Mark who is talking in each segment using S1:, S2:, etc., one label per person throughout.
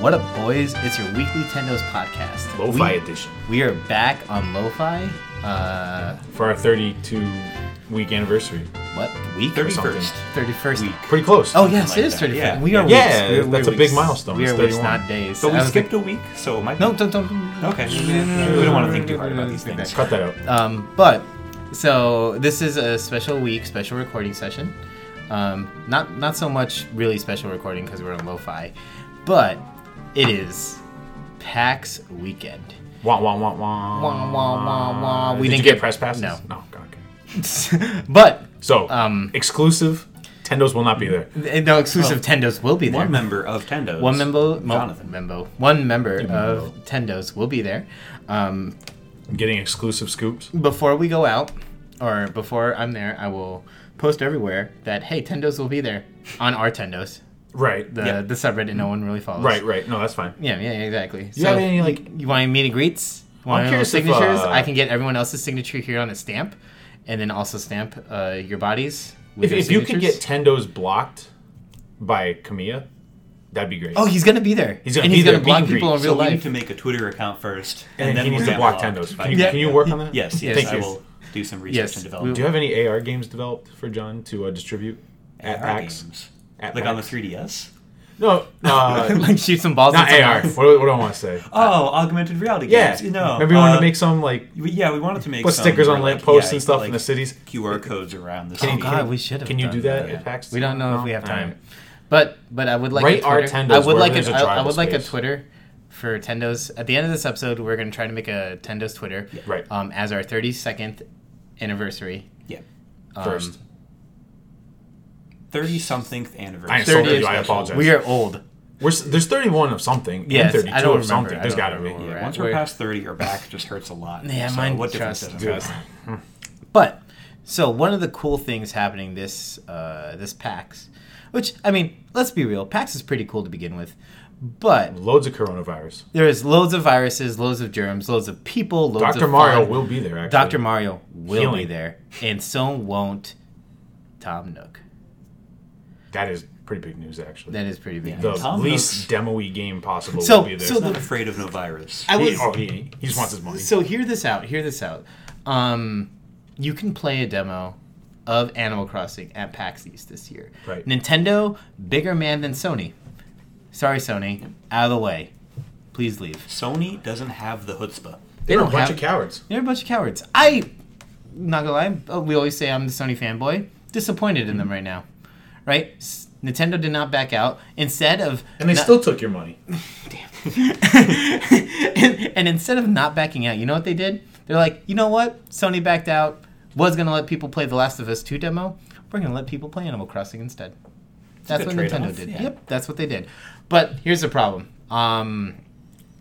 S1: What up, boys? It's your weekly Tendos podcast.
S2: Lo-fi
S1: We-
S2: edition
S1: We are back on Lo-Fi. Uh,
S2: for our 32 week anniversary.
S1: what week?
S2: or something.
S3: 31st.
S1: 31st
S3: Week.
S2: Pretty close.
S1: Oh yes,
S3: Something
S1: it
S3: like
S1: is
S3: that,
S1: 31st.
S3: yeah.
S1: We are
S2: Yeah,
S1: weeks. We are
S2: that's a
S1: weeks.
S2: big milestone.
S1: We
S2: It's
S1: are weeks,
S2: 31.
S1: not days.
S3: But
S1: I
S3: we
S1: was
S3: skipped
S1: like,
S3: a week, so it might.
S1: no, don't, don't, don't.
S3: Okay. We don't want to think too hard about these things.
S2: Cut that out.
S1: Um, but so this is a special week, special recording session. Um, not not so much really special recording because we're on lo-fi, but it is PAX weekend.
S2: Wah, wah, wah, wah.
S1: Wah, wah, wah, wah. We
S2: Did
S1: didn't
S2: you get,
S1: get-
S2: press passes?
S1: no.
S2: No. God, okay.
S1: but
S2: So,
S1: Um,
S2: exclusive. Tendos will not be there.
S1: th- eh, no exclusive Tendos will be there.
S3: One member of Tendos.
S1: One member, mo-
S3: Jonathan.
S1: membo- one member of Tendos will be there. Um,
S2: I'm getting exclusive scoops.
S1: before we go out, or before I'm there, I will post everywhere that hey, Tendos will be there on our Tendos,
S2: Right.
S1: the
S3: Yeah.
S1: the subreddit no one really follows.
S2: Right, right. No, that's fine.
S1: Yeah, yeah, exactly.
S2: You have any, like-
S1: you want any meet and greets? Want any
S2: curious if,
S1: signatures?
S2: uh,
S1: I can get everyone else's signature here on a stamp, and then also stamp uh, your bodies. With
S2: If,
S1: your
S2: if you could get
S1: signatures.
S2: Tendos blocked by Kamiya, that'd be great.
S1: oh, he's gonna be there.
S2: He's gonna
S1: and
S2: be
S1: he's
S2: there,
S1: gonna block
S2: meet and
S1: people in
S2: greet.
S1: real
S3: So we
S1: life.
S3: need to make a Twitter account first,
S2: and,
S3: then
S2: he
S3: we'll
S2: needs to
S3: get
S2: block
S3: blocked
S2: Tendos.
S3: by-
S2: Can you, can you work on that?
S3: Yes, yes,
S2: Thank
S3: I
S2: you.
S3: will do some research
S1: Yes,
S3: and
S1: we-
S2: Do
S3: develop.
S2: you have any AR games developed for John to uh, distribute at
S3: AR
S2: PAX?
S3: games.
S2: At
S3: Like on the
S2: PAX?
S3: 3DS?
S2: No, uh,
S1: like shoot some balls.
S2: not
S1: at someone
S2: AR.
S1: else.
S2: What, do- what do I want to say?
S3: Oh, augmented reality
S2: Yeah,
S3: games. No.
S2: Maybe we wanted
S3: uh,
S2: to make some like
S3: we- Yeah, we wanted to make
S2: put
S3: some
S2: stickers on
S3: where, like,
S2: lampposts
S3: yeah,
S2: and stuff
S3: like,
S2: in the cities.
S3: QR codes around the
S1: Oh
S3: city.
S1: God, we should have.
S2: Can you
S1: done
S2: do that
S1: that.
S2: at PAX?
S1: We don't know if we have
S2: No?
S1: time,
S2: Alright.
S1: but but I would like
S2: Rate
S1: a
S2: our
S1: Twitter.
S2: Tendos
S1: I would
S2: wherever
S1: like
S2: there's
S1: a,
S2: a
S1: I, I
S2: drivable
S1: would like a
S2: space.
S1: Twitter for Tendos. At the end of this episode, we're gonna try to make a Tendos Twitter,
S2: Right.
S1: Um, as our 32nd anniversary.
S3: Yeah.
S1: Um,
S2: First,
S3: 30 something anniversary.
S2: I am so
S1: 30
S2: with
S1: is
S2: you. I
S1: special.
S2: apologize.
S1: We are old.
S2: We're, s- there's 31 of something
S1: Yes,
S2: and 32
S1: I don't remember.
S2: of something.
S1: I
S2: There's
S1: don't
S2: got to be.
S1: remember.
S3: Yeah,
S1: We're
S3: once
S1: at-
S3: we're,
S1: we're-
S3: past 30, our back just hurts a lot.
S1: Yeah,
S3: so
S1: mine
S3: what difference
S1: just
S3: does it
S2: Dude,
S3: make?
S2: that's-
S1: But so one of the cool things happening this uh, this PAX, which I mean, let's be real, PAX is pretty cool to begin with, but
S2: Loads of coronavirus.
S1: there is loads of viruses, loads of germs, loads of people, loads
S2: Dr.
S1: of
S2: Mario
S1: fun.
S2: will be there, actually.
S1: Dr. Mario will be
S2: Healing.
S1: there, and so won't Tom Nook.
S2: That is pretty big news, actually.
S1: That is pretty big.
S3: Yeah.
S2: the
S3: Tom
S2: least demo-y game possible
S1: So-
S2: will be there.
S1: so
S3: It's
S1: the-
S3: not afraid of no virus.
S1: I
S2: he,
S1: was
S2: oh, he, he just wants his money.
S1: so hear this out. Hear this out. Um, you can play a demo of Animal Crossing at PAX East this year.
S2: Right.
S1: Nintendo, bigger man than Sony. Sorry, Sony, out of the way. Please leave.
S3: Sony doesn't have the chutzpah.
S2: they are a
S1: don't
S2: bunch
S1: have-
S2: of cowards.
S1: They're a bunch of cowards. I, not gonna lie, uh, we always say I'm the Sony
S2: Mm-hmm.
S1: fanboy. Disappointed in them right now, right? S- Nintendo did not back out. Instead of
S2: And they
S1: not-
S2: still took your money.
S1: and, and instead of not backing out, you know what they did? They're like, you know what? Sony backed out. Was gonna let people play The Last of Us 2 demo. We're gonna let people play Animal Crossing instead. That's
S3: good
S1: what
S3: trade-off,
S1: Nintendo did.
S3: yeah.
S1: Yep, that's what they did. But here's the problem: um,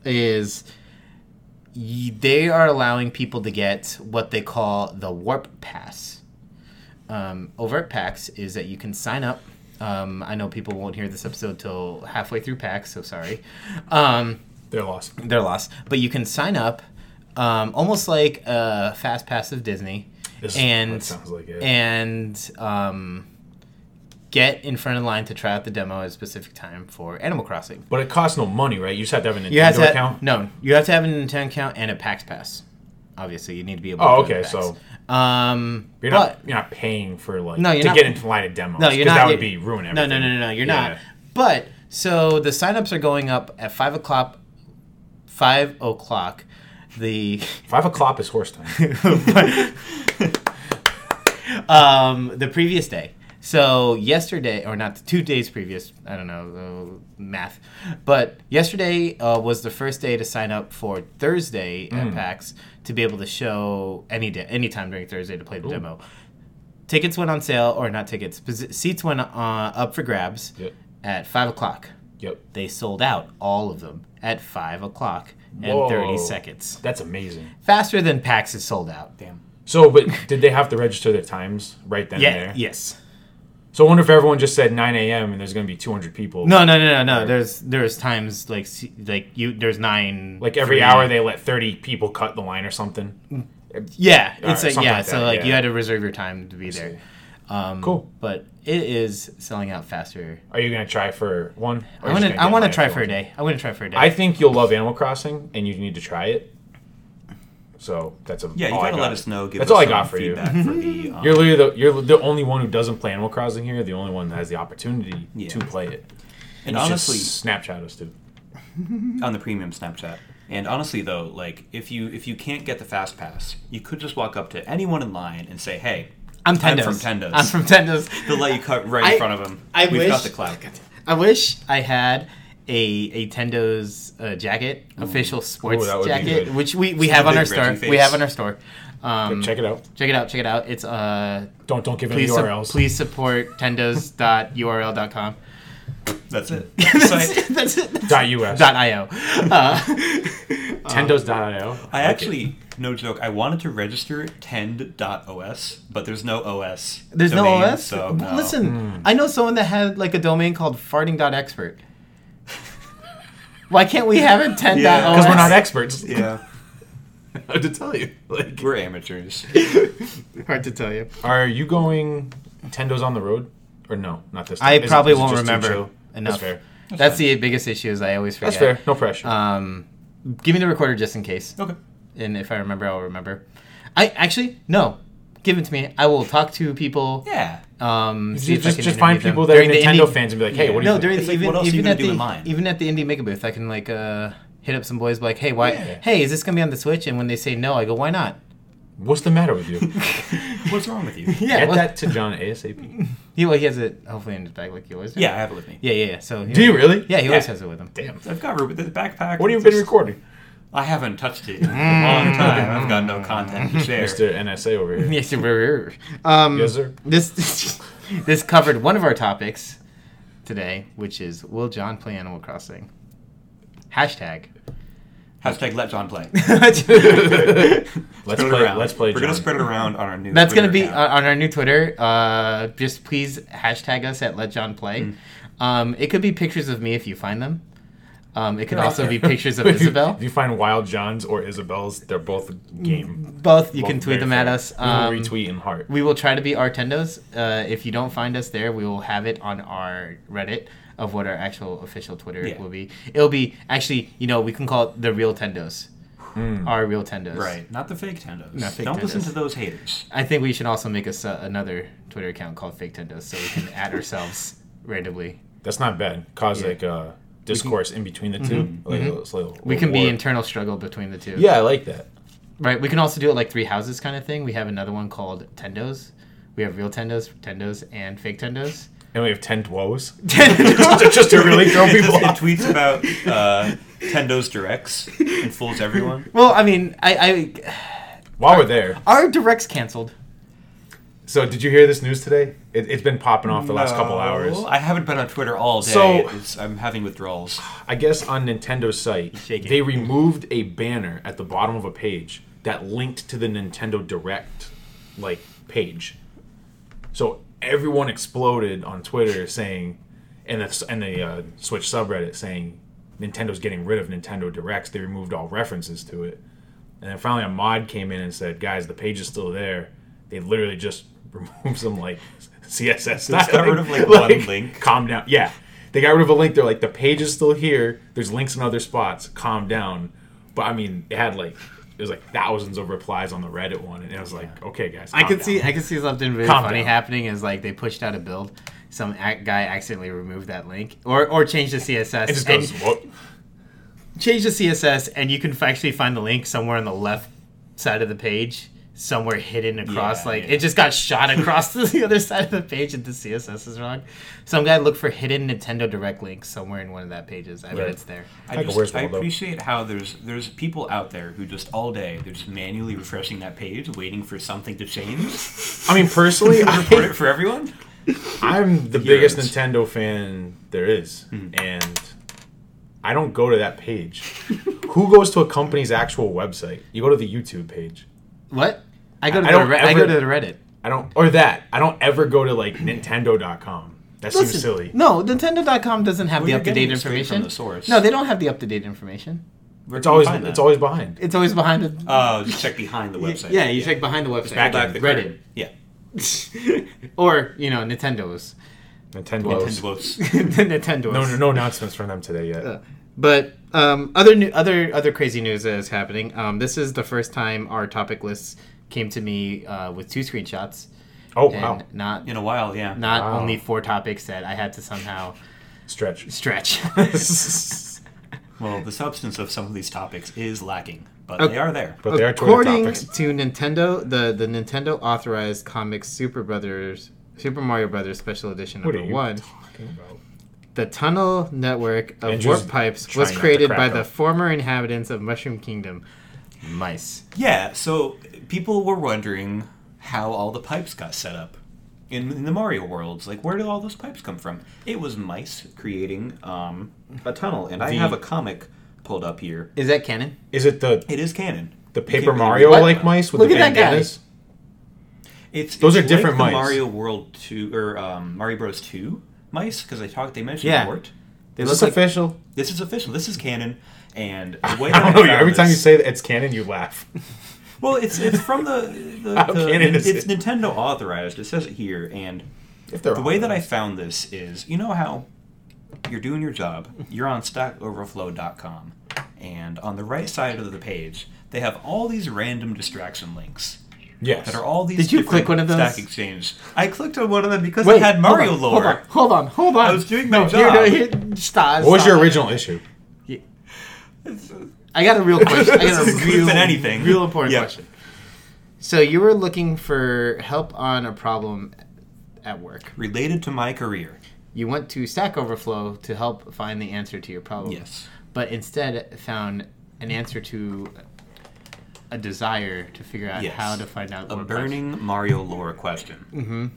S1: is y- they are allowing people to get what they call the warp pass. Um, over at PAX is that you can sign up. Um, I know people won't hear this episode till halfway through PAX, so sorry. Um,
S2: They're lost.
S1: their loss. But you can sign up, um, almost like a fast pass of Disney,
S2: This is what
S1: and
S2: it sounds like, yeah.
S1: and um, get in front of the line to try out the demo at a specific time for Animal Crossing.
S2: But it costs no money, right? You just have to have a Nintendo
S1: You have to
S2: account.
S1: no, you have to have an Nintendo account and a PAX pass. Obviously, you need to be able.
S2: Oh,
S1: to go to
S2: okay,
S1: PAX.
S2: so-
S1: um,
S2: You're
S1: but
S2: not you're not paying for like
S1: No, you're
S2: to
S1: not-
S2: get into line of demos.
S1: No, you're
S2: 'cause
S1: not.
S2: That would be ruin
S1: No,
S2: everything.
S1: no, no, no, no. You're not.
S2: Yeah.
S1: But so the signups are going up at five o'clock. Five o'clock. The
S2: Five o'clock is horse time.
S1: um, the previous day. So yesterday, or not two days previous, I don't know uh, math, but yesterday uh, was the first day to sign up for Thursday at
S2: Hmm.
S1: PAX to be able to show any day, any time during Thursday to play the demo. Tickets went on sale, or not tickets, posi- seats went uh, up for grabs
S2: Yep.
S1: at five o'clock.
S2: yep,
S1: They sold out all of them at five o'clock and
S2: Whoa.
S1: thirty seconds,
S2: that's amazing.
S1: faster than PAX is sold out.
S3: Damn.
S2: So, but did they have to register their times right then
S1: Yeah.
S2: and there?
S1: Yes.
S2: So I wonder if everyone just said 9 a.m. and there's going to be 200 people.
S1: No, no, no, no, no. There's there's times like se- like you there's nine
S2: Like every
S1: three- Mm-hmm.
S2: hour they let 30 people cut the line or something.
S1: Yeah,
S2: All
S1: it's
S2: right,
S1: like
S2: something
S1: yeah.
S2: like
S1: so
S2: that,
S1: like you
S2: yeah.
S1: had to reserve your time to be there. Um,
S2: Cool.
S1: But it is selling out faster.
S2: Are you gonna try for one? or
S1: I
S2: are you
S1: want to.
S2: just gonna
S1: I
S2: get
S1: want to
S2: one
S1: try
S2: after
S1: for a
S2: one?
S1: day. I want to try for a day.
S2: I think you'll love Animal Crossing, and you need to try it. So that's a
S3: Yeah, you
S1: Oh,
S2: all I
S3: gotta let
S2: got.
S3: us know. Give
S2: that's
S3: us
S2: all I
S3: some
S2: got for you.
S3: feedback for the. Um,
S2: You're literally the you're the only one who doesn't play Animal Crossing here. The only one that has the opportunity
S3: Yeah.
S2: to play it.
S3: and
S2: You should
S3: honestly,
S2: Snapchat us too.
S3: on the premium Snapchat. And honestly, though, like if you if you can't get the fast pass, you could just walk up to anyone in line and say, "Hey,
S1: I'm Tendos.
S3: from Tendos."
S1: I'm from Tendos.
S3: They'll let you cut right
S1: I-
S3: in front of them.
S1: I
S3: We've
S1: wish,
S3: got the clout.
S1: I wish I had a a Tendo's uh, jacket, official sports
S2: Ooh, that would be
S1: jacket,
S2: good.
S1: which we, we have on
S3: big
S1: our store.
S3: Reggie
S1: We
S3: face.
S1: have on our store. Um,
S2: Check it out.
S1: check it out. Check it out. It's uh,
S2: Don't don't give any
S1: please, su-
S2: URLs.
S1: please support tendos.url.com.
S3: That's it.
S1: that's,
S3: So I-
S1: it, that's it. That's
S2: Dot US.
S1: Dot io. Uh,
S2: Tendos.io.
S3: I
S2: like it.
S3: actually, no joke, I wanted to register tend.os, but there's no OS.
S1: there's
S3: domain,
S1: no OS.
S3: So
S1: Well,
S3: no.
S1: Listen,
S2: Hmm.
S1: I know someone that had like a domain called farting.expert. Why can't we have it 10.0?
S3: Yeah,
S2: 'Cause we're not experts.
S3: Yeah.
S2: I have to tell you. Like,
S3: We're amateurs.
S1: Hard to tell you.
S2: are you going Tendos on the road or no? Not this. Time.
S1: I
S2: Is it-
S1: probably
S2: is it
S1: won't
S2: just too
S1: remember
S2: chill?
S1: enough.
S2: That's fair.
S1: That's, the biggest issue is I always forget.
S2: That's fair. No pressure.
S1: Um, give me the recorder just in case,
S3: okay.
S1: and if I remember, I'll remember. I actually no, give it to me. I will talk to people.
S3: Yeah.
S1: Um, see if
S2: just
S1: I
S2: just,
S1: can
S2: just
S1: interview
S2: find
S1: them.
S2: people that
S1: During
S2: are
S1: the
S2: Nintendo
S1: indie-
S2: fans and be like, hey,
S3: Yeah.
S2: what do you
S1: No,
S2: think?
S1: during
S3: It's like,
S1: even
S3: what else are you
S1: even
S3: gonna
S1: at
S3: do
S1: the
S3: in mine?
S1: even at the indie mega booth, I can like uh, hit up some boys like, hey, why?
S3: Yeah.
S1: Hey, is this gonna be on the Switch? And when they say no, I go, why not?
S2: What's the matter with you?
S3: What's wrong with you?
S1: Yeah,
S2: Get
S1: well,
S2: that to John ASAP.
S1: he, well, he has it hopefully in his bag like he always. does.
S3: Yeah, I have it with me.
S1: yeah, yeah. yeah. So
S2: Do you really?
S1: Yeah, he always
S3: Yeah.
S1: has it with him.
S2: Damn.
S3: I've got it with the backpack.
S2: What have you
S3: It's
S2: been Mm.
S3: just-
S2: recording?
S3: I haven't touched it in a long time. I've got no
S2: Mm.
S3: content to share.
S2: Mr. NSA over here.
S1: Yes, sir.
S3: Mm.
S1: Um,
S2: Yes, sir.
S1: This this covered one of our topics today, which is will John play Animal Crossing? Hashtag.
S3: Hashtag let John play.
S2: Let's
S3: Spread it
S2: play.
S3: around.
S2: Let's play.
S3: We're
S2: John.
S3: gonna spread it around on our new.
S1: That's going to
S3: Twitter
S1: be
S3: account.
S1: on on our new Twitter. Uh, just please hashtag us at Let John Play. Um, it could be pictures of me if you find them. Um, it could also be pictures of
S2: If you-
S1: Isabel.
S2: If you find Wild Johns or Isabel's, they're both
S3: Mm.
S2: game.
S1: Both you
S2: Both
S1: can tweet
S2: very
S1: them at
S2: fair.
S1: us.
S2: We will
S1: Um,
S2: retweet and heart.
S1: We will try to be Artendos. Uh, if you don't find us there, we will have it on our Reddit of what our actual official Twitter
S3: Yeah.
S1: will be. It'll be actually, you know, we can call it the real Tendos. Our real Tendos.
S3: right, not the fake Tendos.
S1: Not fake
S3: Don't listen
S1: Tendos.
S3: to those haters.
S1: I think we should also make us uh, another Twitter account called Fake Tendos so we can add ourselves randomly.
S2: That's not bad. Cause like uh, discourse in between the 2
S3: Mm-hmm.
S2: Like, it's like a
S1: We can be
S2: war.
S1: internal struggle between the two.
S2: Yeah, I like that.
S1: Right. We can also do it like three houses kind of thing. We have another one called Tendos. We have real Tendos, Tendos, and fake Tendos.
S2: And we have ten woes. just, just to really throw
S3: It,
S2: people
S3: just, it
S2: off.
S3: tweets about uh, Tendos directs and fools everyone.
S1: Well, I mean, I, I
S2: While we're there,
S1: our directs canceled.
S2: so did you hear this news today? It, it's been popping off the last couple
S3: No,
S2: hours.
S3: I haven't been on Twitter all day.
S2: So-
S3: It's- I'm having withdrawals.
S2: I guess on Nintendo's site,
S1: Shake it.
S2: they removed a banner at the bottom of a page that linked to the Nintendo Direct like page. So everyone exploded on Twitter saying, and the and the uh, Switch subreddit saying, Nintendo's getting rid of Nintendo Directs. They removed all references to it, and then finally a mod came in and said, guys, the page is still there. They literally just removed some like CSS
S3: got
S2: stuff.
S3: rid of, like, one link.
S2: Calm down. Yeah. They got rid of a link. They're like, the page is still here. There's links in other spots. Calm down. But I mean, it had like, it was like thousands of replies on the Reddit one. And it was like, okay, guys.
S1: I
S2: calm
S1: could
S2: down.
S1: see I could see something really
S2: Calm
S1: funny
S2: down.
S1: happening is like they pushed out a build, some ac guy accidentally removed that link or or changed the CSS.
S2: It just
S1: and
S2: goes, whoop.
S1: change the CSS and you can f- actually find the link somewhere on the left side of the page, somewhere hidden across.
S3: Yeah,
S1: like
S3: yeah.
S1: it just got shot across to the other side of the page and the CSS is wrong. Some guy looked for hidden Nintendo Direct links somewhere in one of that pages. I bet
S2: Right.
S1: it's there.
S3: I,
S2: Like a
S3: just,
S2: Where's
S3: I
S2: Waldo?
S3: appreciate how there's there's people out there who just all day they're just manually refreshing that page, waiting for something to change.
S2: I mean, personally,
S3: Report
S2: I,
S3: it for everyone.
S2: I'm the
S3: Heroes.
S2: biggest Nintendo fan there is,
S1: Hmm.
S2: and I don't go to that page. Who goes to a company's actual website? You go to the YouTube page.
S1: What? I go to
S2: I
S1: the
S2: don't
S1: Re- I go
S2: ever-
S1: to the Reddit.
S2: I don't, or that. I don't ever go to like Nintendo.com. That seems silly.
S1: No, Nintendo.com doesn't have
S3: Well,
S1: the
S3: you're
S1: up to date
S3: getting it straight
S1: information.
S3: from the source.
S1: No, they don't have the up to date information.
S3: Where
S2: It's
S3: can you
S2: always
S3: find that?
S2: it's always behind.
S1: It's always behind the
S3: Oh, just check behind the website.
S1: Yeah, you check behind the website.
S3: back
S1: like
S3: the
S1: Reddit.
S3: curtain. Yeah.
S1: or you know Nintendo's
S2: Nintendo's.
S3: Nintendo's.
S1: the Nintendo's.
S2: No, no, no announcements from them today yet.
S1: But um, other new, other other crazy news that is happening. Um, this is the first time our topic list came to me uh, with two screenshots.
S2: oh
S1: and
S2: wow,
S1: Not
S3: in a while, yeah.
S1: not
S2: Wow.
S1: only four topics that I had to somehow
S2: stretch.
S1: stretch.
S3: Well, the substance of some of these topics is lacking, but
S1: Okay.
S3: they are there.
S2: But they are Twitter
S1: According
S2: topics.
S1: to Nintendo, the, the Nintendo authorized comics Super Brothers Super Mario Brothers Special Edition
S2: What are
S1: number
S2: you
S1: one.
S2: talking about?
S1: The tunnel network of
S2: Andrew's
S1: warp pipes
S2: trying
S1: was
S2: not to
S1: created by
S2: crack
S1: the
S2: up.
S1: former inhabitants of Mushroom Kingdom, mice.
S3: Yeah, so people were wondering how all the pipes got set up in, in the Mario worlds. Like, where did all those pipes come from? It was mice creating um, a tunnel, and I
S2: The-
S3: have a comic pulled up here.
S1: Is that canon?
S2: Is it the
S3: It is canon.
S2: the
S3: You can't
S2: Paper
S3: really-
S2: Mario
S1: What?
S2: like mice with
S1: Look
S2: the
S1: at that guy.
S2: bandanas?
S3: It's
S2: Those
S3: it's
S2: are different
S3: like the
S2: mice.
S3: Mario World Two or um, Mario Bros. Two mice because I talked. They mentioned
S1: Yeah.
S3: Wart.
S1: They
S2: Is
S1: look
S2: this
S1: like
S2: official?
S3: This is official. This is canon. And the way
S2: I don't
S3: that
S2: know.
S3: found
S2: Every time you
S3: this-
S2: say that it's canon, you laugh.
S3: well, it's it's from the the,
S2: How
S3: the
S2: canon is
S3: it's
S2: it?
S3: Nintendo authorized. It says it here, and
S2: If they're
S3: the way that I found this is, you know how you're doing your job, you're on stockoverflow.com, and on the right side of the page, they have all these random distraction links
S2: yes,
S3: that are all these
S1: Did you
S3: different
S1: click one of those?
S3: Stack exchange. I clicked on one of them because
S1: Wait,
S3: it had Mario
S1: hold on,
S3: lore.
S1: Hold on, hold on, hold on.
S3: I was doing my
S1: here-
S3: job.
S1: here- stop,
S2: what was
S1: stop.
S2: your original issue?
S3: uh,
S1: I got a real question. I got
S3: This
S1: a
S3: is
S1: real,
S3: than anything.
S1: real important
S3: Yeah.
S1: question. So you were looking for help on a problem at work.
S3: Related to my career.
S1: You went to Stack Overflow to help find the answer to your problem.
S3: Yes.
S1: But instead found an answer to a desire to figure out
S3: Yes.
S1: how to find out
S3: A
S1: what-
S3: burning Mario lore question.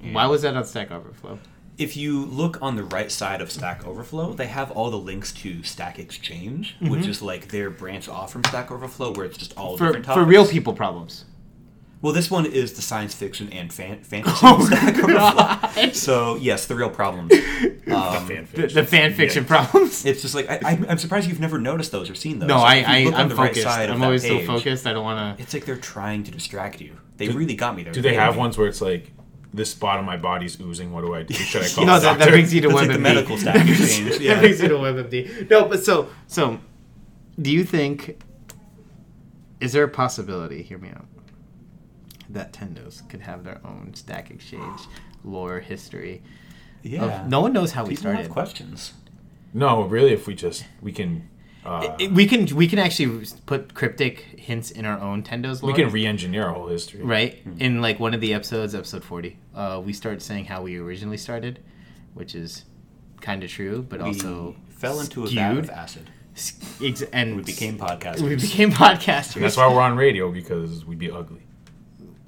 S1: Why was that on Stack Overflow?
S3: if you look on the right side of Stack Overflow, they have all the links to Stack Exchange, which is like their branch off from Stack Overflow, where it's just all
S1: Mm-hmm. For,
S3: different
S1: for
S3: topics.
S1: real people problems.
S3: Well, this one is the science fiction and fan- fantasy
S1: Oh,
S3: Stack Overflow.
S1: God.
S3: So yes, the real problems. Um,
S1: The, the fan fiction problems.
S3: it's just like I, I, I'm surprised you've never noticed those or seen those.
S1: No,
S3: Like,
S1: I,
S3: if you
S1: I
S3: look on
S1: I'm
S3: the right
S1: focused.
S3: side of
S1: I'm
S3: that
S1: always so
S3: page,
S1: focused. I don't want to.
S3: It's like they're trying to distract you. They really got me there.
S2: Do they
S3: got
S2: have
S3: me.
S2: ones where it's like this spot on my body's oozing? What do I do? Should I call?
S1: No, that,
S2: a
S1: that
S2: doctor?
S1: brings you to
S3: That's
S1: WebMD.
S3: like the medical stack exchange, yeah.
S1: That brings you to WebMD. No, but so so, do you think? Is there a possibility? Hear me out. That Tendos could have their own stack exchange lore history.
S3: Yeah.
S1: of- no one knows how we
S3: People have
S1: started.
S3: questions.
S2: No, really. If we just we can uh,
S1: It- we can we can actually put cryptic hints in our own Tendos lore.
S2: we can re-engineer our whole history.
S1: right
S3: Hmm.
S1: in like one of the episodes episode 40 uh, we start saying how we originally started which is kind of true but
S3: We
S1: also
S3: fell into a vat
S1: skewed
S3: of acid.
S1: s- ex- and
S3: We became podcasters.
S1: we became podcasters
S2: And that's why we're on radio because we'd be ugly.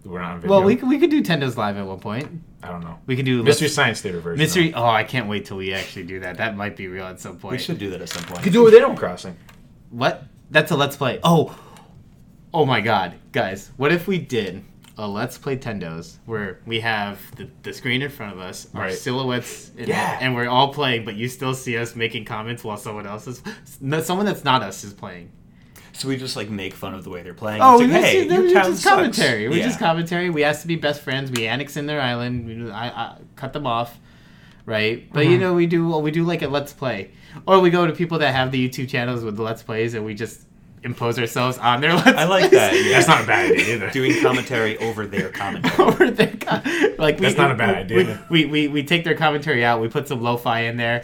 S2: We're not on video.
S1: well we, could- we could do tendos live at one point
S2: I don't know.
S1: we could do
S2: Mystery
S1: let's-
S2: Science Theater version.
S1: mystery oh i can't wait till we actually do that that might be real at some point
S3: We should do that at some point.
S2: could do it with Animal Crossing.
S1: what that's a let's play oh oh my god guys what if we did a let's play tendos where we have the, the screen in front of us our
S2: Right.
S1: silhouettes in
S2: Yeah.
S1: and we're all playing but you still see us making comments while someone else is no, someone that's not us is playing
S3: So we just like make fun of the way they're playing.
S1: oh
S3: It's
S1: we
S3: like,
S1: just,
S3: hey,
S1: we
S3: your
S1: just
S3: town sucks."
S1: commentary we
S3: Yeah.
S1: just commentary we asked to be best friends we annex in their island we, I, I cut them off right but you know we do we do like a let's play or we go to people that have the youtube channels with the let's plays and we just impose ourselves on their let's
S3: I like
S1: plays.
S3: that. Yeah.
S2: That's not a bad idea either.
S3: Doing commentary over their commentary.
S1: over their co- like we,
S2: That's not a bad
S1: we-
S2: idea.
S1: We, we, we take their commentary out. We put some lo-fi in there,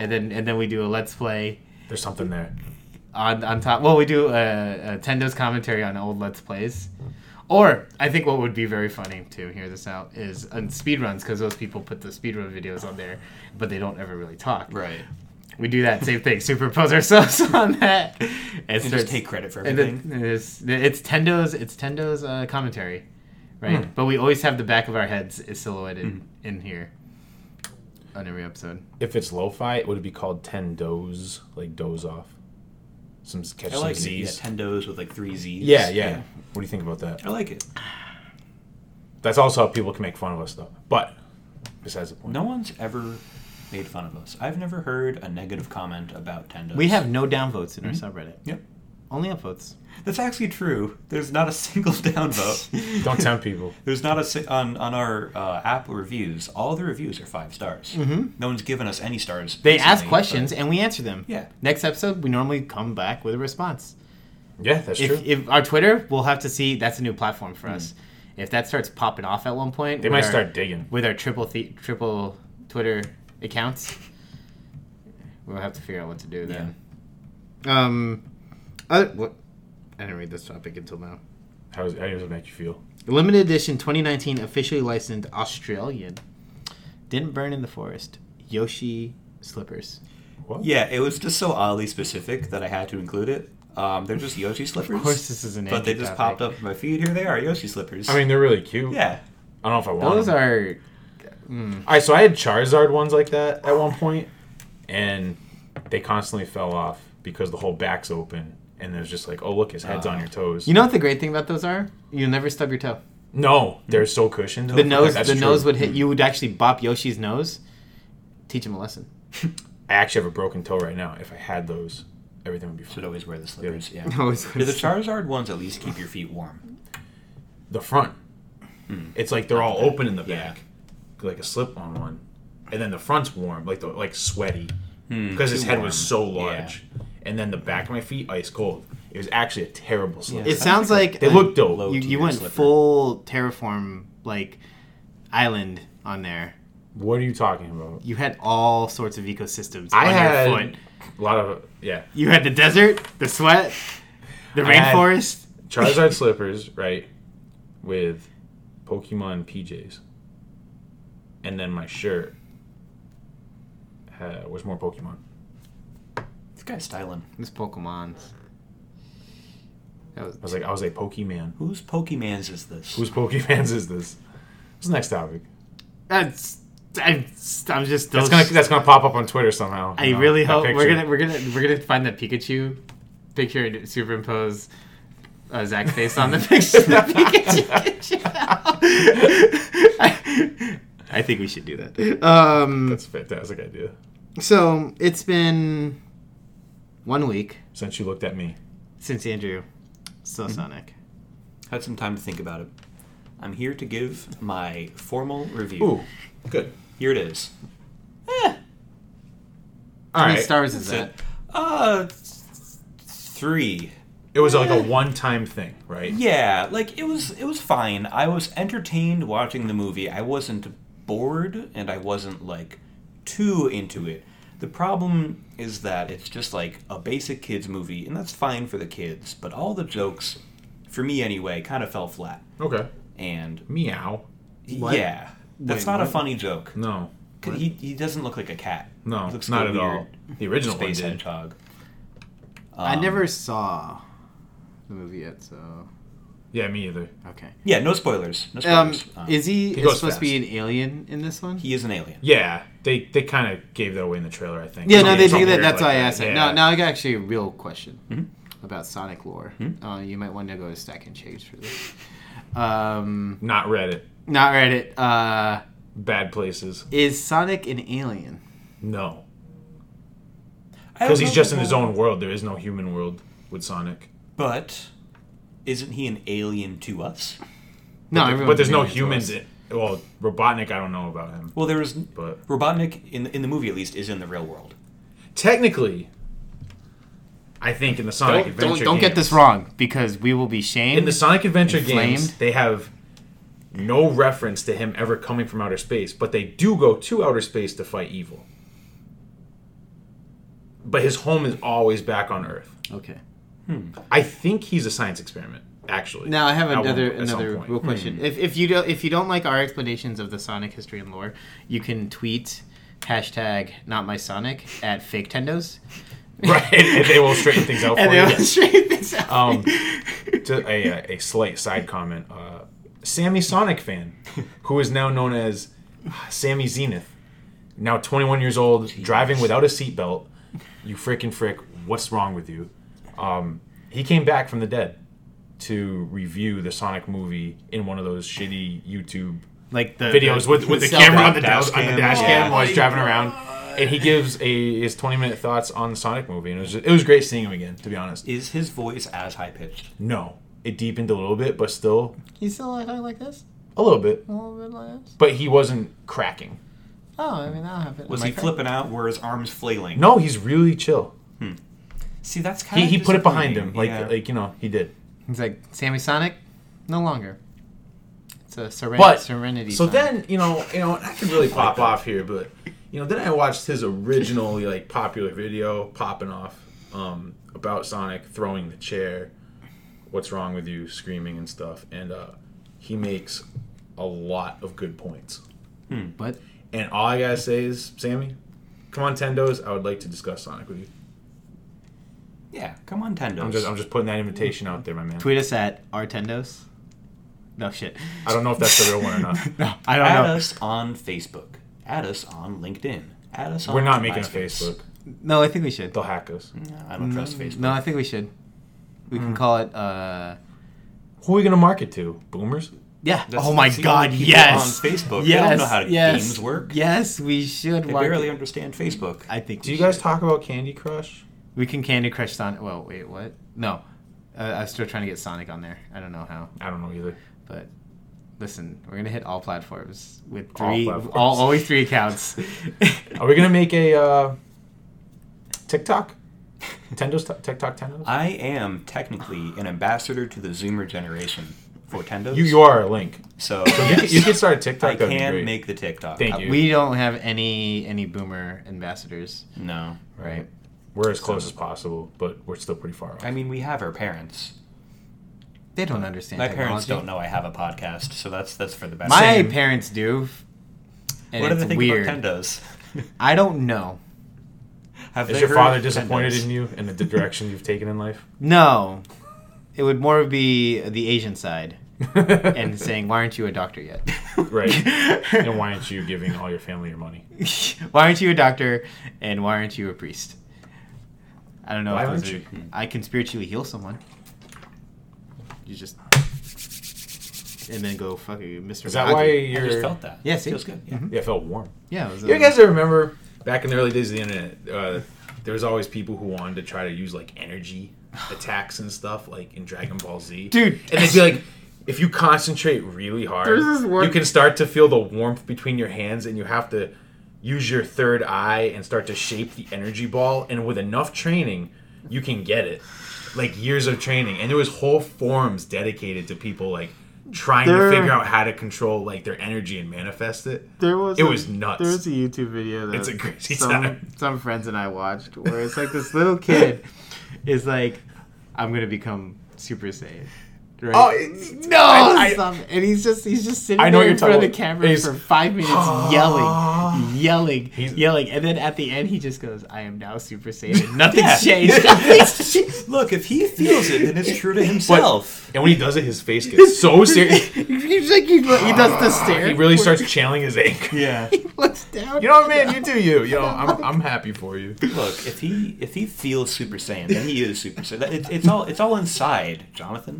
S1: and then and then we do a let's play
S2: There's something there.
S1: on on top. Well, we do a, a Tendo's commentary on old let's plays, or I think what would be very funny to hear this out is on speedruns because those people put the speedrun videos on there, but they don't ever really talk.
S3: Right.
S1: We do that same thing. Superimpose ourselves on that, and,
S3: And
S1: starts-
S3: just take credit for
S1: and
S3: everything.
S1: then it's, it's Tendo's it's Tendo's uh, commentary, right?
S3: Hmm.
S1: But we always have the back of our heads is silhouetted in here on every episode.
S2: If it's lo-fi, would it be called Ten Doze? Like doze off. Some catch
S3: I like
S2: some
S3: it. Yeah,
S2: Z's.
S3: Tendos with like three Z's.
S2: Yeah, yeah, What do you think about that?
S3: I like it.
S2: That's also how people can make fun of us, though. But besides the point,
S3: No one's ever made fun of us. I've never heard a negative comment about Tendos.
S1: We have no downvotes in our subreddit.
S3: Hmm? Yep.
S1: Only upvotes.
S3: That's actually true. There's not a single downvote.
S2: Don't tempt people.
S3: There's not a si- on on our uh, app reviews. All the reviews are five stars. Mm-hmm. No one's given us any stars.
S1: Mm. They
S3: recently,
S1: ask questions and we answer them.
S3: Yeah.
S1: Next episode, we normally come back with a response.
S2: Yeah, that's true.
S1: If, if our Twitter, we'll have to see. That's a new platform for us. If that starts popping off at one point,
S2: they might start digging.
S1: with our triple the- triple Twitter accounts. We'll have to figure out what to do then. Um, other, what? I didn't read this topic until now.
S2: How does, how does it make you feel?
S1: Limited edition 2019 officially licensed Australian. Didn't burn in the forest. Yoshi slippers.
S2: What?
S3: Yeah, it was just so oddly specific that I had to include it. Um, they're just Yoshi slippers.
S1: Of course, this is an.
S3: but they just
S1: anti-topic.
S3: popped up in my feed. Here they are, Yoshi slippers.
S2: I mean, they're really cute.
S3: yeah.
S2: I don't know if I want
S1: Those
S2: them.
S1: are. hmm.
S2: All right, so I had Charizard ones like that at one point, and they constantly fell off because the whole back's open, and there's just like, oh look, his head's on your
S1: Uh,
S2: toes.
S1: You know what the great thing about those are? You'll never stub your toe.
S2: no, they're so cushioned.
S1: The nose, the
S2: That's true. Hmm.
S1: nose would hit. You would actually bop Yoshi's nose. Teach him a lesson.
S2: I actually have a broken toe right now. If I had those, everything would be
S3: Should
S2: fine.
S3: always wear the slippers. Yeah.
S1: Always
S3: Do the Charizard ones at least keep your feet warm?
S2: The front,
S3: Hmm.
S2: it's like they're all open in the
S3: Yeah.
S2: back, like a slip-on one, and then the front's warm, like the like sweaty, because his
S3: Mm, too
S2: head
S3: warm.
S2: was so
S3: Yeah.
S2: large, and then the back of my feet ice cold. It was actually a terrible slip.
S1: It sounds like
S2: They
S1: uh,
S2: look dope.
S1: You,
S3: to
S1: you
S3: your
S1: went
S3: slipper.
S1: full terraform like island on there.
S2: What are you talking about?
S1: You had all sorts of ecosystems
S2: I
S1: on
S2: had
S1: your foot.
S2: a lot of yeah.
S1: You had the desert, the sweat, the
S2: I had-
S1: rainforest.
S2: Charizard slippers, right? With Pokemon PJs. And then my shirt had, was more Pokemon.
S3: This guy's styling.
S1: This Pokemon's. That was,
S2: I was like, I was a Pokemon.
S3: Whose Pokemans is this?
S2: Whose Pokemans is this? What's the next topic?
S1: that's. I'm, I'm just. those-
S2: That's gonna that's gonna pop up on Twitter somehow.
S1: I
S2: you know,
S1: really
S2: that
S1: hope we're
S2: picture.
S1: gonna we're gonna we're gonna find that Pikachu picture and superimpose uh, Zach's face on the picture. of Pikachu. I, I think we should do that. Um,
S2: That's a fantastic idea.
S1: so it's been one week
S2: Since you looked at me.
S1: since Andrew saw
S2: Mm-hmm.
S1: Sonic.
S3: Had some time to think about it. I'm here to give my formal review.
S2: Ooh. Good.
S3: Here it is. Eh,
S2: All
S1: How many
S2: right.
S1: stars is
S3: So,
S1: that?
S3: uh, three.
S2: it was like a one time thing, right?
S3: Yeah, like it was. It was fine. I was entertained watching the movie. I wasn't bored, and I wasn't like too into it. The problem is that it's just like a basic kids movie, and that's fine for the kids. But all the jokes, for me anyway, kind of fell flat.
S2: Okay.
S3: And
S2: Meow.
S1: What?
S3: yeah, that's
S1: Wait,
S3: not a
S1: what?
S3: funny joke.
S2: No.
S3: 'Cause He, he doesn't look like a cat.
S2: No,
S3: he looks
S2: not
S3: like
S2: at
S3: a
S2: all.
S3: weird
S2: The original one
S3: Space
S2: did.
S3: hedgehog.
S1: I
S3: Um,
S1: never saw the movie yet, so
S2: Yeah, me either.
S1: okay.
S3: Yeah, no spoilers. No
S1: Um,
S3: spoilers. Um,
S1: is he,
S2: He
S1: is
S2: goes
S1: supposed to be
S2: fast.
S1: an alien in this one?
S3: he is an alien.
S2: Yeah, they they kind of gave that away in the trailer, I think.
S1: Yeah, no, they do
S2: Something
S1: that.
S2: weird
S1: That's
S2: like
S1: why I asked it.
S2: Yeah. Mm-hmm.
S1: No, now I got actually a real question about Sonic lore. Uh, you might want to go to Stack and Chase for this. Um,
S2: Not Reddit.
S1: not Reddit. Uh,
S2: Bad places.
S1: is Sonic an alien?
S2: No,
S3: I
S2: because
S3: don't
S2: he's
S3: know
S2: just in his
S3: why,
S2: own world. There is no human world with Sonic.
S3: But isn't he an alien to us?
S1: No,
S2: But,
S1: everyone's
S2: there's
S1: an
S2: no
S1: alien to
S2: humans.
S1: us.
S2: In, well, Robotnik, I don't know about him,
S3: Well, there is
S2: but
S3: Robotnik in in the movie at least is in the real world.
S2: technically, I think in the Sonic
S1: Don't,
S2: Adventure
S1: don't, don't get
S2: games-
S1: this wrong because we will be shamed.
S2: In the Sonic Adventure games,
S1: Inflamed.
S2: they have no reference to him ever coming from outer space, but they do go to outer space to fight evil. But his home is always back on Earth.
S1: okay.
S2: I think he's a science experiment, actually.
S1: Now I have
S2: At one-
S1: another
S2: at some
S1: another
S2: point. Hmm.
S1: real question. If, if you don't if you don't like our explanations of the Sonic history and lore, you can tweet hashtag not my Sonic at fake tendos.
S2: right? And they will straighten things out for
S1: and
S2: you.
S1: they'll straighten this out.
S2: Um, to a, a slight side comment, uh, Sammy Sonic fan, who is now known as uh, Sammy Zenith, now 21 years old, driving without a seatbelt. You frickin' frick! What's wrong with you? Um, he came back from the dead to review the Sonic movie in one of those shitty YouTube
S1: like the
S2: videos with, with the
S1: cell
S2: camera
S1: phone.
S2: on the, dash,
S3: dash
S2: on the
S3: cam.
S2: dash cam
S3: Oh
S2: while
S1: my
S2: he's driving around. and he gives a his 20 minute thoughts on the Sonic movie, and it was just, it was great seeing him again. To be honest,
S3: Is his voice as high pitched?
S2: no, it deepened a little bit, but still
S1: He's still like, like this?
S2: a little bit.
S1: A little bit like this?
S2: But he wasn't cracking.
S1: Oh, I mean, that'll happen.
S3: Was
S1: Am I
S3: he
S1: correct?
S3: flipping out? Were his arms flailing?
S2: No, he's really chill.
S3: See, that's kind
S2: He,
S3: of
S2: he put it behind him, like
S3: yeah.
S2: like you know he did.
S1: He's like, Sammy Sonic? No longer. It's a seren-
S2: But
S1: serenity.
S2: So
S1: song.
S2: then you know you know and I could really pop off here, but you know then I watched his original like popular video popping off um, about Sonic throwing the chair, what's wrong with you, screaming and stuff, and uh, he makes a lot of good points.
S1: But
S2: And all I gotta say is, Sammy, come on, Tendos. I would like to discuss Sonic with you.
S3: yeah, come on, Tendos.
S2: I'm just I'm just putting that invitation out there, my man.
S1: tweet us at Artendos. No shit.
S2: I don't know if that's the real one or not.
S1: No, I don't
S3: Add
S1: know.
S3: us on Facebook. Add us on LinkedIn. Add us on.
S2: We're not making a
S3: Um, MySpace.
S2: Facebook.
S1: No, I think we should. Mm,
S2: They'll hack us.
S3: No, I don't trust Facebook.
S1: No, I think we should. We
S3: Hmm.
S1: can call it. uh
S2: Who are we gonna market to? Boomers?
S1: Yeah.
S3: That's-
S1: oh my
S3: that's the
S1: God!
S3: only people
S1: Yes.
S3: on Facebook. They
S1: Yes.
S3: don't know how
S1: yes,
S3: games work.
S1: Yes, we should.
S3: They
S1: market-
S3: barely understand Facebook.
S1: I think.
S2: Do
S1: we
S2: you guys
S1: should.
S2: talk about Candy Crush?
S1: We can Candy Crush Sonic. Well, wait, what? No, uh, I'm still trying to get Sonic on there. I don't know how,
S2: I don't know either.
S1: but listen, we're gonna hit all platforms with
S2: All
S1: three, all,
S2: platforms.
S1: always three accounts.
S2: Are we gonna make a uh, TikTok? Tendo's t- TikTok Tendo's?
S3: I am technically an ambassador to the Zoomer generation for Tendos.
S2: you you are a link.
S3: So
S2: You could, you
S3: yes,
S2: could start a TikTok.
S3: I
S2: that'd be
S3: can
S2: great.
S3: make the TikTok.
S2: Thank you.
S1: we don't have any any boomer ambassadors,
S3: No,
S1: right?
S2: We're as close as possible, but we're still pretty far off.
S3: I mean we have our parents.
S1: They don't understand.
S3: My parents
S1: technology.
S3: don't know I have a podcast, so that's that's for the best.
S1: My
S2: Same.
S1: parents do. And
S3: what do
S1: it's
S3: they think
S1: weird.
S3: about Tendos?
S1: I don't know.
S3: Have
S2: Is
S3: they
S2: your
S3: heard
S2: father
S3: of
S2: disappointed
S3: Tendos?
S2: in you and the direction you've taken in life?
S1: No. It would more be the Asian side and saying, why aren't you a doctor yet?
S2: right. And why aren't you giving all your family your money?
S1: why aren't you a doctor and why aren't you a priest? I don't know
S2: Why
S1: if
S2: aren't
S1: those are-
S2: you?
S1: I can spiritually heal someone. You just and then go fuck you, Mr.
S2: Is that
S1: Miyagi.
S2: why
S3: I
S2: you're?
S3: just felt that.
S1: Yeah,
S3: It
S1: see? Mm-hmm.
S3: feels good. Yeah.
S2: Yeah, it felt warm.
S1: Yeah, it was,
S2: You
S1: um,
S2: guys remember back in the early days of the internet, uh, there was always people who wanted to try to use like energy attacks and stuff, like in Dragon Ball Z.
S1: Dude.
S2: and they'd be like, if you concentrate really hard,
S1: There's this one-
S2: you can start to feel the warmth between your hands, and you have to use your third eye and start to shape the energy ball. And with enough training, you can get it. Like years of training, and there was whole forums dedicated to people like trying
S1: There-
S2: to figure out how to control like their energy and manifest it.
S1: There was
S2: It was nuts.
S1: There was a YouTube video that
S2: It's a crazy
S1: some,
S2: time.
S1: some friends and I watched where it's like this little kid is like, I'm gonna become Super Saiyan. Right?
S2: Oh, it's-
S1: no!
S2: I- I-
S1: stop. and he's just he's just sitting
S2: I
S1: there
S2: know what
S1: in
S2: you're
S1: front of the
S2: talking about.
S1: camera
S2: He's-
S1: for five minutes yelling, yelling,
S2: He's-
S1: yelling, and then at the end he just goes, "I am now Super Saiyan." And nothing's
S3: Yeah.
S1: changed. Nothing's changed.
S3: Look, if he feels it, then it's true to himself.
S2: And when he does it, his face gets so serious.
S1: he's like he, he does the stare.
S2: He really starts channeling his anger.
S3: yeah.
S1: He looks down.
S2: You know what, man? You do you. Yo, I'm, I'm happy for you.
S3: Look, if he if he feels Super Saiyan, then he is Super Saiyan. That- It's, it's all it's all inside, Jonathan.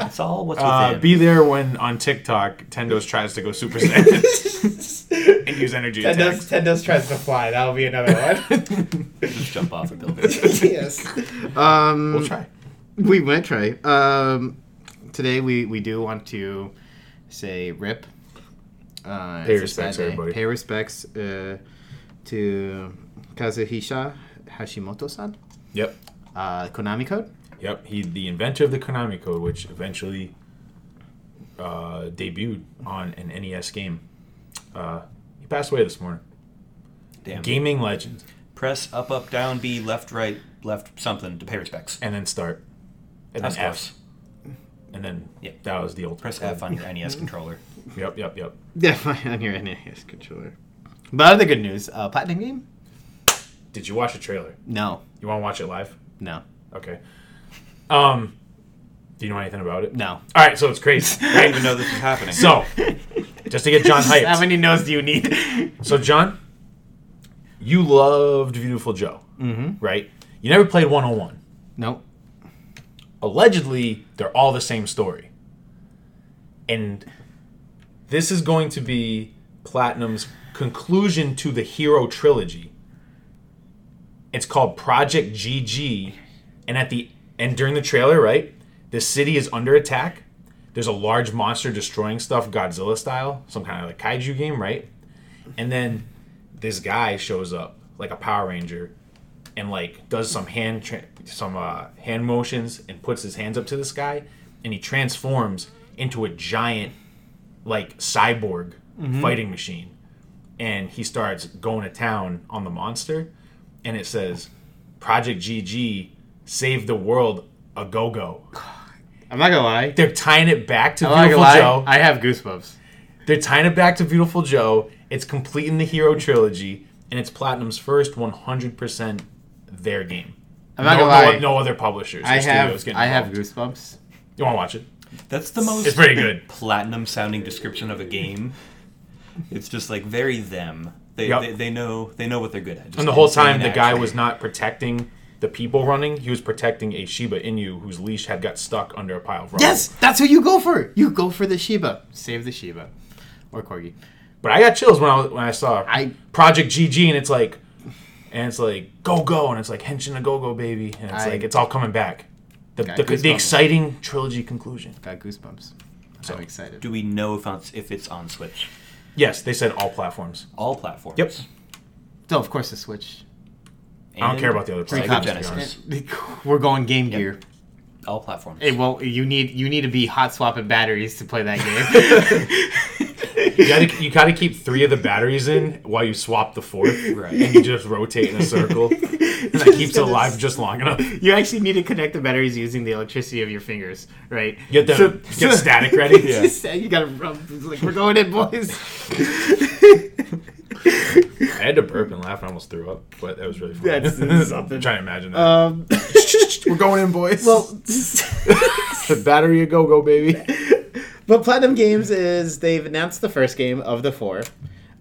S3: It's all what's
S2: Uh,
S3: within.
S2: be there when on TikTok Tendos tries to go Super Saiyan and use energy attacks.
S1: Tendo's tries to fly. That'll be another one.
S3: Just jump off a building.
S1: yes. Um,
S2: We'll try.
S1: We might try. Um, today we, we do want to say rip. Uh,
S2: Pay
S1: it's a
S2: respects,
S1: sad day.
S2: everybody.
S1: Pay respects uh, to Kazuhisha Hashimoto-san.
S2: Yep.
S1: Uh, Konami code.
S2: Yep. He the inventor of the Konami code, which eventually uh, debuted on an NES game. Uh, he passed away this morning.
S3: Damn.
S2: Gaming legend.
S3: Press up, up, down, B, left, right, left, something to pay respects.
S2: And then start. And
S3: That's
S2: then F.
S3: close.
S2: And then
S3: Yep.
S2: that was the old
S3: Press F on your NES controller.
S2: Yep, yep, yep.
S1: Definitely on your NES controller. But other good news. Uh, Platinum game?
S2: Did you watch the trailer?
S1: No.
S2: You want to watch it live?
S1: No.
S2: Okay. Um, do you know anything about it?
S1: No.
S2: All right, so it's crazy.
S3: I didn't even know this was happening.
S2: so, just to get John
S1: How
S2: hyped.
S1: many no's do you need?
S2: So, John, you loved Beautiful Joe,
S1: mm-hmm.
S2: right? You never played 101.
S1: Nope.
S2: Allegedly, they're all the same story. And this is going to be Platinum's conclusion to the Hero trilogy. It's called Project GG, and at the and during the trailer, right, the city is under attack. There's a large monster destroying stuff, Godzilla style, some kind of like kaiju game, right? And then this guy shows up like a Power Ranger, and like does some hand tra- some uh, hand motions and puts his hands up to the sky, and he transforms into a giant like cyborg
S1: Mm-hmm.
S2: fighting machine, and he starts going to town on the monster, and it says, "Project GG, save the world, a go go."
S1: I'm not gonna lie.
S2: They're tying it back to
S1: I'm not gonna
S2: Beautiful
S1: lie.
S2: Joe.
S1: I have goosebumps.
S2: They're tying it back to Beautiful Joe. It's completing the Hero trilogy, and it's Platinum's first 100% their game.
S1: I'm not
S2: no,
S1: gonna
S2: no-
S1: lie.
S2: no other publishers. or
S1: I
S2: studios
S1: have
S2: get
S1: I have
S2: involved.
S1: goosebumps.
S2: You want to watch it?
S3: That's the most
S2: It's pretty good.
S3: platinum sounding description of a game. It's just like very them. They,
S2: Yep.
S3: they, they know they know what they're good at. Just
S2: And the whole
S3: insane
S2: time, the guy
S3: action.
S2: was not protecting the people running. He was protecting a Shiba Inu whose leash had got stuck under a pile of rubble.
S1: Yes, that's who you go for. You go for the Shiba. Save the Shiba, or Corgi.
S2: But I got chills when I was- when I saw
S1: I-
S2: Project GG, and it's like, and it's like go go, and it's like Henshin a go go baby, and it's
S1: I-
S2: like it's all coming back. The,
S1: Got
S2: the, the
S1: goosebumps.
S2: exciting trilogy conclusion.
S1: Got goosebumps. I'm excited.
S3: Do we know if it's if it's on Switch?
S2: Yes, they said all platforms.
S3: All platforms.
S2: Yep.
S1: So of course the Switch.
S2: I don't
S3: And
S2: care about the other
S3: Sega
S2: platforms. to be
S3: Genesis.
S2: honest.
S1: We're going Game Gear.
S3: All platforms.
S1: It won't. You need you need to be hot swapping batteries to play that game.
S2: You gotta, you gotta keep three of the batteries in while you swap the fourth,
S3: Right.
S2: and you just rotate in a circle, and that keeps it alive just long enough. You
S1: you actually need to connect the batteries using the electricity of your fingers, right?
S2: Get the
S1: So-
S2: get
S1: so-
S2: static ready.
S1: You said you gotta rub. Like we're going in, boys.
S2: I had to burp and laugh and almost threw up, but that was really funny.
S1: That's- that's something.
S2: I'm trying to imagine that.
S1: Um,
S2: We're Uh, going in, boys.
S1: well,
S2: the battery a go go, baby.
S1: but Platinum Games is they've announced the first game of the four.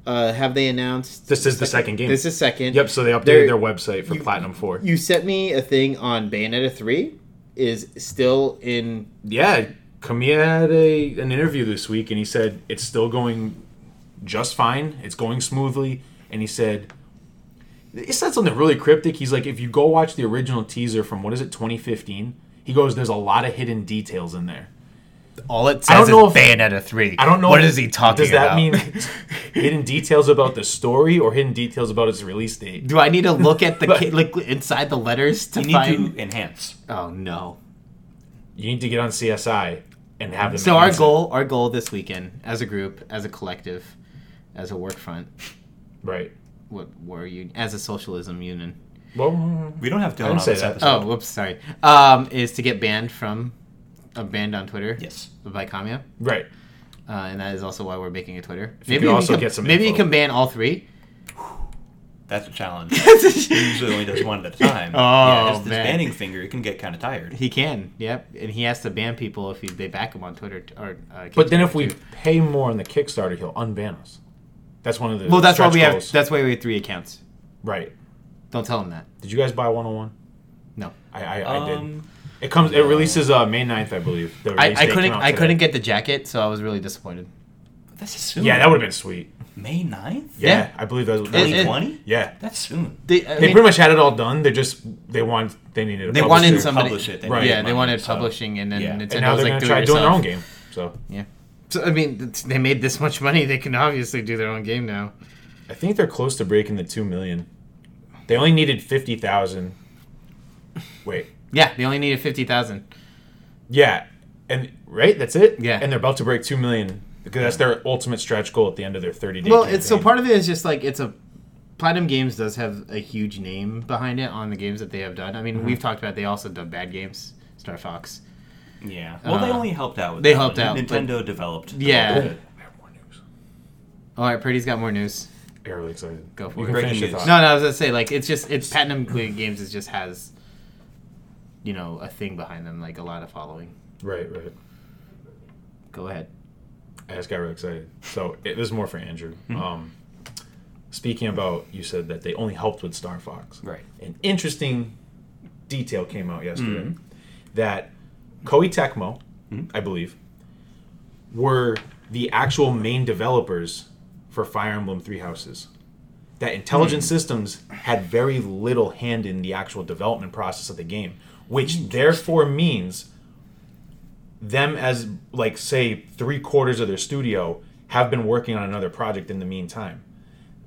S1: Uh, have they announced
S2: This is the second game.
S1: this is second?
S2: yep. So they updated
S1: They're-
S2: their website for Platinum Four.
S1: You sent me a thing on Bayonetta three is still in.
S2: yeah, Kamiya had a, an interview this week, and he said it's still going just fine. It's going smoothly, and he said he said something really cryptic. He's like, if you go watch the original teaser from what is it, 2015, he goes, "There's a lot of hidden details in there."
S1: All it
S2: I don't know if-
S1: Bayonetta three.
S2: I don't know.
S1: What
S2: if-
S1: is he talking
S2: Does that
S1: about?
S2: mean hidden details about the story or hidden details about its release date?
S1: Do I need to look at the ki- like inside the letters to
S3: you need
S1: find?
S3: to enhance.
S1: Oh no!
S2: You need to get on CSI and have them.
S1: So our
S2: answer.
S1: goal, our goal this weekend, as a group, as a collective, as a work front,
S2: right?
S1: what were you as a socialism union?
S2: Well, mm-hmm.
S3: We don't have to on
S2: didn't say
S3: this
S2: that.
S3: episode.
S1: Oh, whoops, sorry. Um, is to get banned from, a banned on Twitter.
S3: Yes.
S1: By Kamia,
S2: right.
S1: uh, and that is also why we're making a Twitter.
S2: you
S1: Maybe
S2: could
S1: we
S2: also
S1: can,
S2: get some
S1: Maybe you
S2: info.
S1: can ban all three.
S3: That's a challenge. usually only does one at a time.
S1: Oh,
S3: yeah, just this
S1: man.
S3: banning finger, it can get kind of tired.
S1: he can. Yep, and he has to ban people if he, they back him on Twitter t- or. Uh,
S2: But then if
S1: Kickstarter
S2: we
S1: too.
S2: pay more on the Kickstarter, he'll unban us. That's one of the
S1: well, that's why
S2: stretch
S1: we have.
S2: goals.
S1: That's why we have three accounts.
S2: right.
S1: Don't tell him that.
S2: Did you guys buy 101?
S1: No.
S2: I I, I did.
S3: Um,
S2: It comes. It releases uh, May 9th, I believe. The
S1: I,
S2: release
S1: I
S2: date
S1: couldn't.
S2: came out
S1: I
S2: today.
S1: couldn't get the jacket, so I was really disappointed.
S3: That's soon.
S2: Yeah, that would have been sweet.
S3: been May 9th?
S2: Yeah,
S1: Yeah.
S2: I believe that was. that was-
S1: It- it-
S3: 2020?
S2: yeah,
S3: That's soon.
S1: They, I
S2: they
S1: mean,
S2: pretty much had it all done. They just they wanted they needed. A
S1: they
S2: publisher.
S1: wanted
S3: publish
S1: somebody.
S3: it, they
S2: Right.
S1: Yeah,
S3: need
S1: they
S3: money,
S1: wanted
S3: so-
S1: publishing, and then
S3: Yeah. And
S1: Nintendo
S2: and now
S1: was
S2: they're
S1: like,
S2: gonna
S1: "Do
S2: try
S1: it
S2: doing their
S1: yourself."
S2: own game. So
S1: Yeah. So I mean, it's- they made this much money; they can obviously do their own game now.
S2: I think they're close to breaking the two million. They only needed fifty thousand. Wait,
S1: Yeah, they only needed fifty thousand.
S2: Yeah, and right, that's it.
S1: Yeah.
S2: and they're about to break two million because that's their ultimate stretch goal at the end of their thirty day.
S1: Well, it's so
S2: campaign.
S1: part of it is just like it's a Platinum Games does have a huge name behind it on the games that they have done. I mean, we've talked about they also done bad games, Star Fox.
S3: Yeah. Well, they only helped out with
S1: they
S3: that
S1: helped
S3: one.
S1: out, but-
S3: Nintendo developed.
S1: Yeah.
S2: Boom. I have more news.
S1: All right, Pretty's got more news.
S2: I'm really excited.
S1: Go for
S2: you
S1: it.
S2: Can
S3: Breaking
S2: finish your
S3: news.
S2: thought.
S1: No, no, I was gonna say like it's just it's Platinum Games. It just has, you know, a thing behind them, like a lot of following.
S2: Right, right.
S1: Go ahead.
S2: I just got really excited. So it was more for Andrew.
S1: Hmm.
S2: Um, speaking about, you said that they only helped with Star Fox.
S3: Right.
S2: An interesting detail came out yesterday that Koei Tecmo, I believe, were the actual main developers for Fire Emblem Three Houses. That Intelligent Systems had very little hand in the actual development process of the game, which therefore means them as like say three quarters of their studio have been working on another project in the meantime.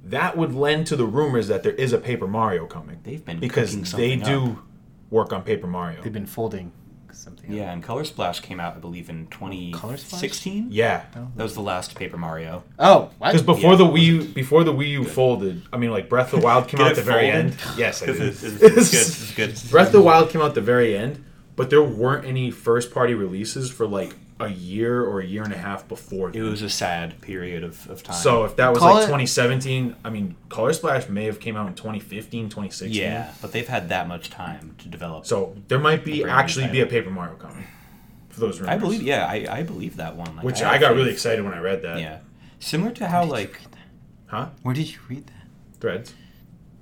S2: That would lend to the rumors that there is a Paper Mario coming.
S3: They've been
S2: because
S3: cooking
S2: they
S3: something
S2: do work on Paper Mario.
S1: They've been folding something.
S3: Yeah, and Color Splash came out, I believe, in
S1: Color Splash?
S3: 2016.
S2: Yeah,
S3: That was the last Paper Mario.
S1: Oh, what?
S2: because before
S3: Yeah,
S2: the Wii U, before the Wii U folded, I mean, like Breath of the Wild came
S3: Did
S2: out
S3: it
S2: at the very
S3: fold?
S2: end. Yes, I
S3: This
S2: did.
S3: is, this is good. This is good.
S2: Breath of the Wild came out at the very end, but there weren't any first party releases for like a year or a year and a half before.
S3: It
S2: That.
S3: was a sad period of, of time.
S2: So if that was
S1: Call
S2: like
S1: it-
S2: 2017, I mean, Color Splash may have came out in 2015, 2016.
S3: yeah, but they've had that much time to develop.
S2: So there might be
S3: Brand new
S2: actually be a
S3: title.
S2: Paper Mario coming for those rumors.
S3: I believe, yeah, I, I believe that one. Like,
S2: Which I, got
S3: actually-
S2: really excited when I read that.
S3: Yeah, similar to how like
S2: Huh?
S1: Where did you read that?
S2: Threads.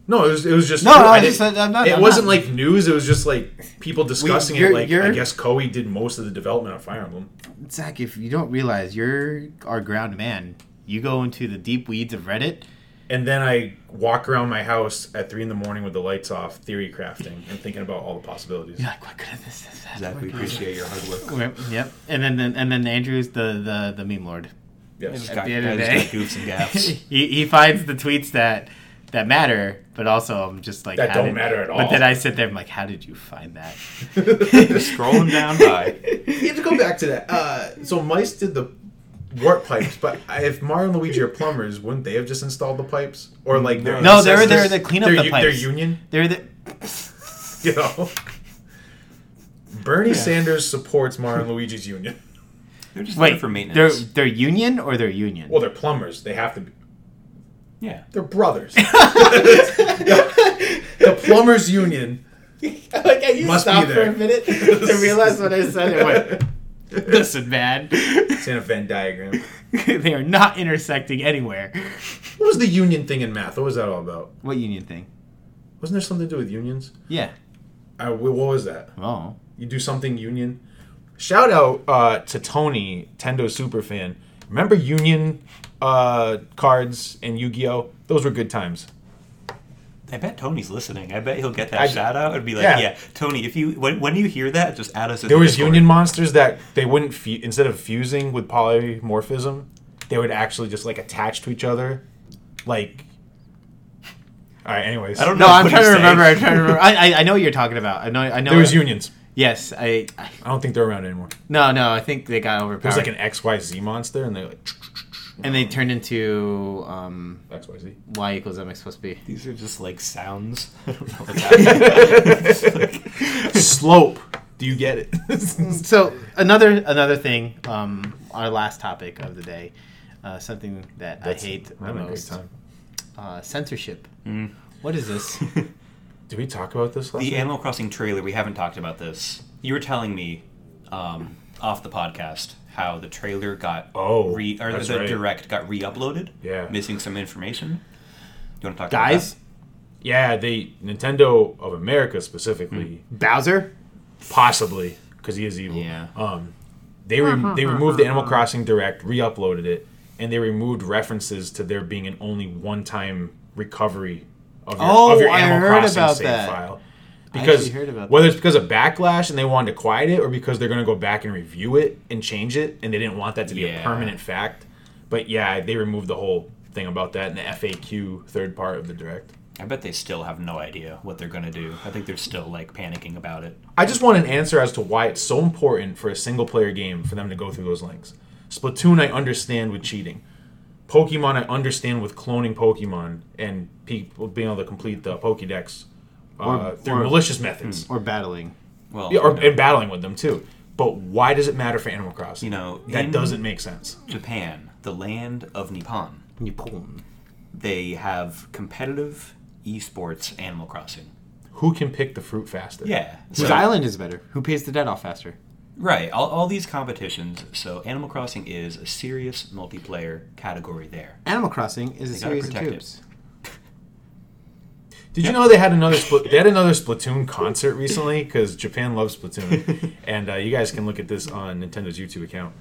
S2: No, it was, it was just
S1: No, no,
S2: I
S1: I
S2: didn't-
S1: just- I'm not-
S2: it
S1: I'm
S2: wasn't
S1: not-
S2: like news. It was just like people discussing
S1: you're-
S2: it. Like I
S1: you're-
S2: guess Koei did most of the development on Fire Emblem.
S1: Zach, if you don't realize you're our ground man, you go into the deep weeds of Reddit.
S2: And then I walk around my house at three in the morning with the lights off, theory crafting and thinking about all the possibilities.
S1: You're like, what could have this, this, that?
S3: Zach,
S1: what
S3: we
S1: could this-
S3: appreciate your hard work.
S1: Yep, Yep, and then then- and then Andrew's the the the meme lord.
S2: Yes.
S1: At the end of the
S3: Guys
S1: day,
S3: got goofs and gaffs.
S1: he, he finds the tweets that that matter, but also I'm just like
S2: That
S1: how
S2: don't
S1: did-
S2: matter at all.
S1: But then I sit there, I'm like, how did you find that?
S3: Scrolling down by.
S2: you have to go back to that. Uh, so mice did the warp pipes, but I- if Mario and Luigi are plumbers, wouldn't they have just installed the pipes? Or like their
S1: No, they were
S2: ancestors-
S1: there to clean up
S2: their
S1: the
S2: u- Their
S1: pipes.
S2: union,
S1: They're the
S2: you know. Bernie Sanders supports Mario and Luigi's union.
S3: They're just there
S1: wait
S3: for
S1: They're
S3: maintenance.
S1: they're union or they're union.
S2: Well, they're plumbers. They have to be.
S3: Yeah.
S2: They're brothers. the plumbers union.
S1: like I you
S2: Must be
S1: stopped for
S2: there.
S1: a minute to realize what I said. and went, listen, man,
S2: It's in a Venn diagram.
S1: they are not intersecting anywhere.
S2: What was the union thing in math? What was that all about?
S1: What union thing?
S2: Wasn't there something to do with unions?
S1: Yeah.
S2: Uh, wh- what was that?
S1: Oh.
S2: You do something union. Shout out uh, to Tony, Tendo superfan. Remember union uh, cards and Yu-Gi-Oh? Those were good times.
S3: I bet Tony's listening. I bet he'll get that
S2: I-
S3: shout out and be like,
S2: Yeah.
S3: yeah. Tony, if you when, when you hear that, just add us." in
S2: There
S3: the
S2: was
S3: Discord."
S2: union monsters that they wouldn't fu- instead of fusing with polymorphism, they would actually just like attach to each other, like. All right. Anyways,
S3: I don't
S1: No,
S3: know
S1: I'm
S3: what
S1: trying to
S3: he's
S1: remember. I'm
S3: saying.
S1: trying to remember. I, I, I know what you're talking about. I know. I know.
S2: There was unions.
S1: Yes. I, I.
S2: I don't think they're around anymore.
S1: No. No. I think they got overpowered.
S2: There was like an XYZ monster, and they like
S1: and they turned into um,
S2: XYZ.
S1: y equals mx plus b.
S3: These are just like sounds. I don't know what's happening.
S2: Slope. Do you get it?
S1: So another another thing, um, our last topic of the day, uh, something that
S2: That's-
S1: I hate the
S2: I'm having a
S1: most:
S2: great time. Mm.
S1: uh, censorship. What is this?
S2: Did we talk about this last?
S3: the
S2: night?
S3: Animal Crossing trailer, we haven't talked about this. You were telling me um, off the podcast how the trailer got
S2: Oh,
S3: re or
S2: that's
S3: the
S2: right.
S3: direct got re-uploaded.
S2: Yeah.
S3: missing some information. You want to talk,
S1: Guys,
S2: yeah, they Nintendo of America specifically,
S1: Hmm. Bowser.
S2: possibly because he is evil.
S3: Yeah.
S2: Um, they re- they removed the Animal Crossing Direct, re-uploaded it, and they removed references to there being an only one-time recovery of your,
S1: Oh,
S2: of your
S1: I
S2: Animal
S1: heard
S2: Crossing
S1: about
S2: save
S1: that.
S2: file.
S1: actually
S2: Because
S1: heard about
S2: whether it's because of backlash and they wanted to quiet it, or because they're going to go back and review it and change it, and they didn't want that to be a
S3: Yeah.
S2: permanent fact. But yeah, they removed the whole thing about that in the FAQ third part of the direct.
S3: I bet they still have no idea what they're gonna do. I think they're still like panicking about it.
S2: I just want an answer as to why it's so important for a single player game for them to go through those links. Splatoon, I understand with cheating. Pokemon, I understand with cloning Pokemon and people being able to complete the Pokedex uh, through
S1: or- hmm.
S2: malicious methods.
S1: Or battling.
S3: Well,
S2: Yeah,
S3: you
S2: or,
S3: know,
S2: and battling with them too. But why does it matter for Animal Crossing?
S3: You know,
S2: that
S3: in-
S2: doesn't make sense.
S3: Japan, the land of Nippon,
S1: Nippon.
S3: they have competitive esports Animal Crossing.
S2: Who can pick the fruit faster?
S3: Yeah,
S1: Whose
S3: so-
S1: island is better? Who pays the debt off faster?
S3: Right, all, all these competitions. So Animal Crossing is a serious multiplayer category there.
S1: Animal Crossing is a
S3: gotta
S1: series of
S3: protect it.
S1: tubes.
S2: Did you know they had another split? They had another Splatoon concert recently because Japan loves Splatoon, and uh, you guys can look at this on Nintendo's YouTube account.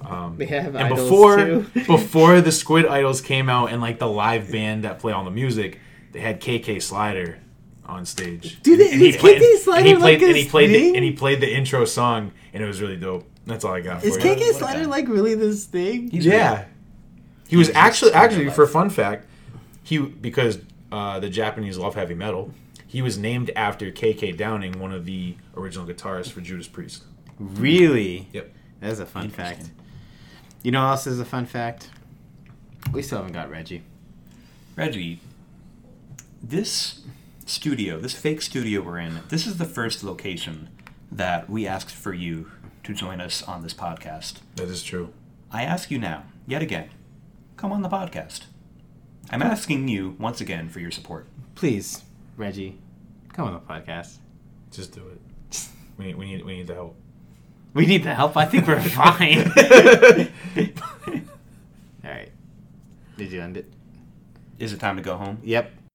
S2: Um,
S4: They have
S2: and
S4: idols
S2: before
S4: too.
S2: before the Squid Idols came out and like the live band that play all the music, they had KK Slider on stage.
S4: Dude,
S2: And he
S4: is
S2: played-
S4: KK
S2: and he
S4: Slider,
S2: played,
S4: like,
S2: and he
S4: his
S2: played
S4: thing?
S2: The, and he played the intro song, and it was really dope. That's all I got.
S4: Is
S2: for you.
S4: KK Slider like really this thing?
S3: He's
S2: Yeah. He was
S3: exists
S2: actually
S3: in real
S2: actually
S3: life.
S2: for a fun fact, he because uh, the Japanese love heavy metal. He was named after KK Downing, one of the original guitarists for Judas Priest.
S1: Really?
S2: Yep.
S1: That's a fun fact.
S3: Interesting.
S1: You know what else is a fun fact? We still haven't got Reggie.
S3: Reggie, this studio, this fake studio we're in, this is the first location that we asked for you to join us on this podcast.
S2: That is true.
S3: I ask you now, yet again, come on the podcast. I'm asking you once again for your support.
S1: Please, Reggie, come on the podcast.
S2: Just do it. We need we need we need the help.
S1: We need the help. I think we're fine. All right. Did you end it?
S3: Is it time to go home?
S1: Yep.